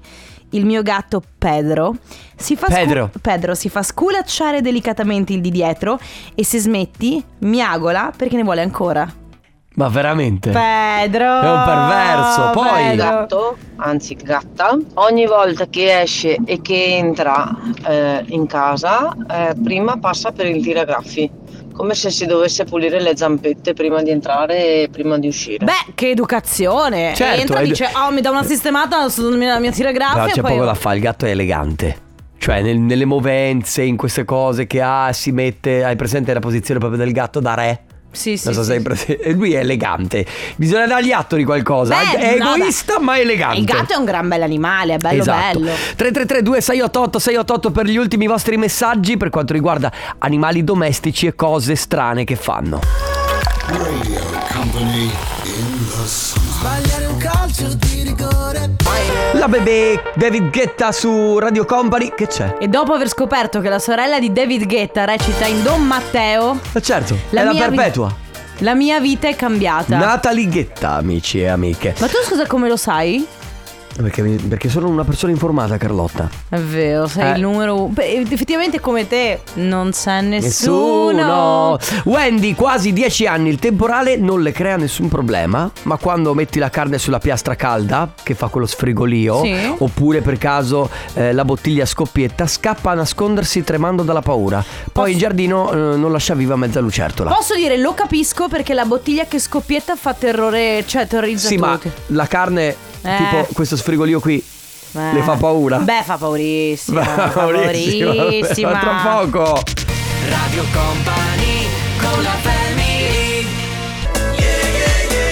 Speaker 1: il mio gatto Pedro si fa scu-
Speaker 2: Pedro.
Speaker 1: Pedro si fa sculacciare delicatamente il di dietro e se smetti miagola perché ne vuole ancora.
Speaker 2: Ma veramente?
Speaker 1: Pedro!
Speaker 2: È un perverso, poi-
Speaker 1: Pedro.
Speaker 11: gatto, anzi gatta, ogni volta che esce e che entra eh, in casa, eh, prima passa per il tiragraffi, come se si dovesse pulire le zampette prima di entrare e prima di uscire.
Speaker 1: Beh, che educazione!
Speaker 2: Certo,
Speaker 1: Entra e
Speaker 2: ed-
Speaker 1: dice, oh mi dà una sistemata sulla mia
Speaker 2: Però
Speaker 1: tiragrafia
Speaker 2: c'è
Speaker 1: e poi...
Speaker 2: poco da fare, il gatto è elegante. Cioè, nel- nelle movenze, in queste cose che ha, si mette. Hai presente la posizione proprio del gatto da re?
Speaker 1: Sì, sì,
Speaker 2: Non so
Speaker 1: sì,
Speaker 2: se hai presente. E Lui è elegante. Bisogna dargli atto di qualcosa.
Speaker 1: Beh,
Speaker 2: è
Speaker 1: no,
Speaker 2: egoista,
Speaker 1: beh.
Speaker 2: ma è elegante.
Speaker 1: Il gatto è un gran bell'animale, è bello
Speaker 2: esatto.
Speaker 1: bello.
Speaker 2: 333 2688 688 per gli ultimi vostri messaggi per quanto riguarda animali domestici e cose strane che fanno. La bebè David Guetta su Radio Company, che c'è?
Speaker 1: E dopo aver scoperto che la sorella di David Guetta recita in Don Matteo,
Speaker 2: Ma certo,
Speaker 1: La
Speaker 2: è la
Speaker 1: mia vi-
Speaker 2: perpetua.
Speaker 1: la mia vita è cambiata.
Speaker 2: Natalie Ghetta, amici e amiche.
Speaker 1: Ma tu scusa come lo sai?
Speaker 2: Perché, mi- perché sono una persona informata, Carlotta.
Speaker 1: È vero, sei
Speaker 2: Eh.
Speaker 1: il numero. Beh, effettivamente come te non c'è nessuno.
Speaker 2: Nessuno! Wendy, quasi 10 anni, il temporale non le crea nessun problema, ma quando metti la carne sulla piastra calda, che fa quello sfrigolio,
Speaker 1: Sì.
Speaker 2: oppure per caso eh, la bottiglia scoppietta, scappa a nascondersi tremando dalla paura. Poi in giardino eh, non lascia viva mezza lucertola.
Speaker 1: Posso dire, lo capisco perché la bottiglia che scoppietta fa terrore, cioè terrorizza
Speaker 2: sì, ma
Speaker 1: tutti.
Speaker 2: la carne,
Speaker 1: Eh.
Speaker 2: tipo questo sfrigolio qui,
Speaker 1: Eh.
Speaker 2: le fa paura?
Speaker 1: Beh, fa paurissima. fa
Speaker 2: Paurissimo,
Speaker 1: paurissima.
Speaker 2: Tra poco.
Speaker 3: Radio Company con la family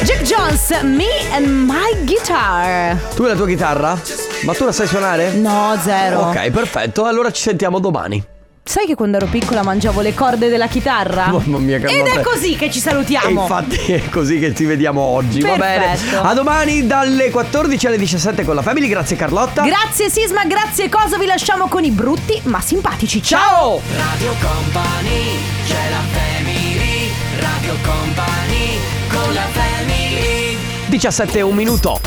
Speaker 1: Jack Jones, me and my guitar.
Speaker 2: Tu e la tua chitarra? Ma tu la sai suonare?
Speaker 1: No, zero.
Speaker 2: Ok, perfetto. Allora ci sentiamo domani.
Speaker 1: Sai che quando ero piccola mangiavo le corde della chitarra?
Speaker 2: Mamma mia, che
Speaker 1: Ed
Speaker 2: notte.
Speaker 1: è così che ci
Speaker 2: E
Speaker 1: salutiamo.
Speaker 2: infatti è così che ti vediamo oggi. Va
Speaker 1: Perfetto.
Speaker 2: bene. A domani dalle 14 alle 17 con la Family. Grazie Carlotta.
Speaker 1: Grazie Sisma, grazie Cosa, vi lasciamo con i brutti ma simpatici.
Speaker 2: Ciao!
Speaker 3: Radio Company c'è la family Radio Company con la family
Speaker 2: 17 e un minuto.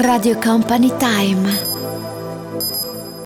Speaker 6: Radio Company Time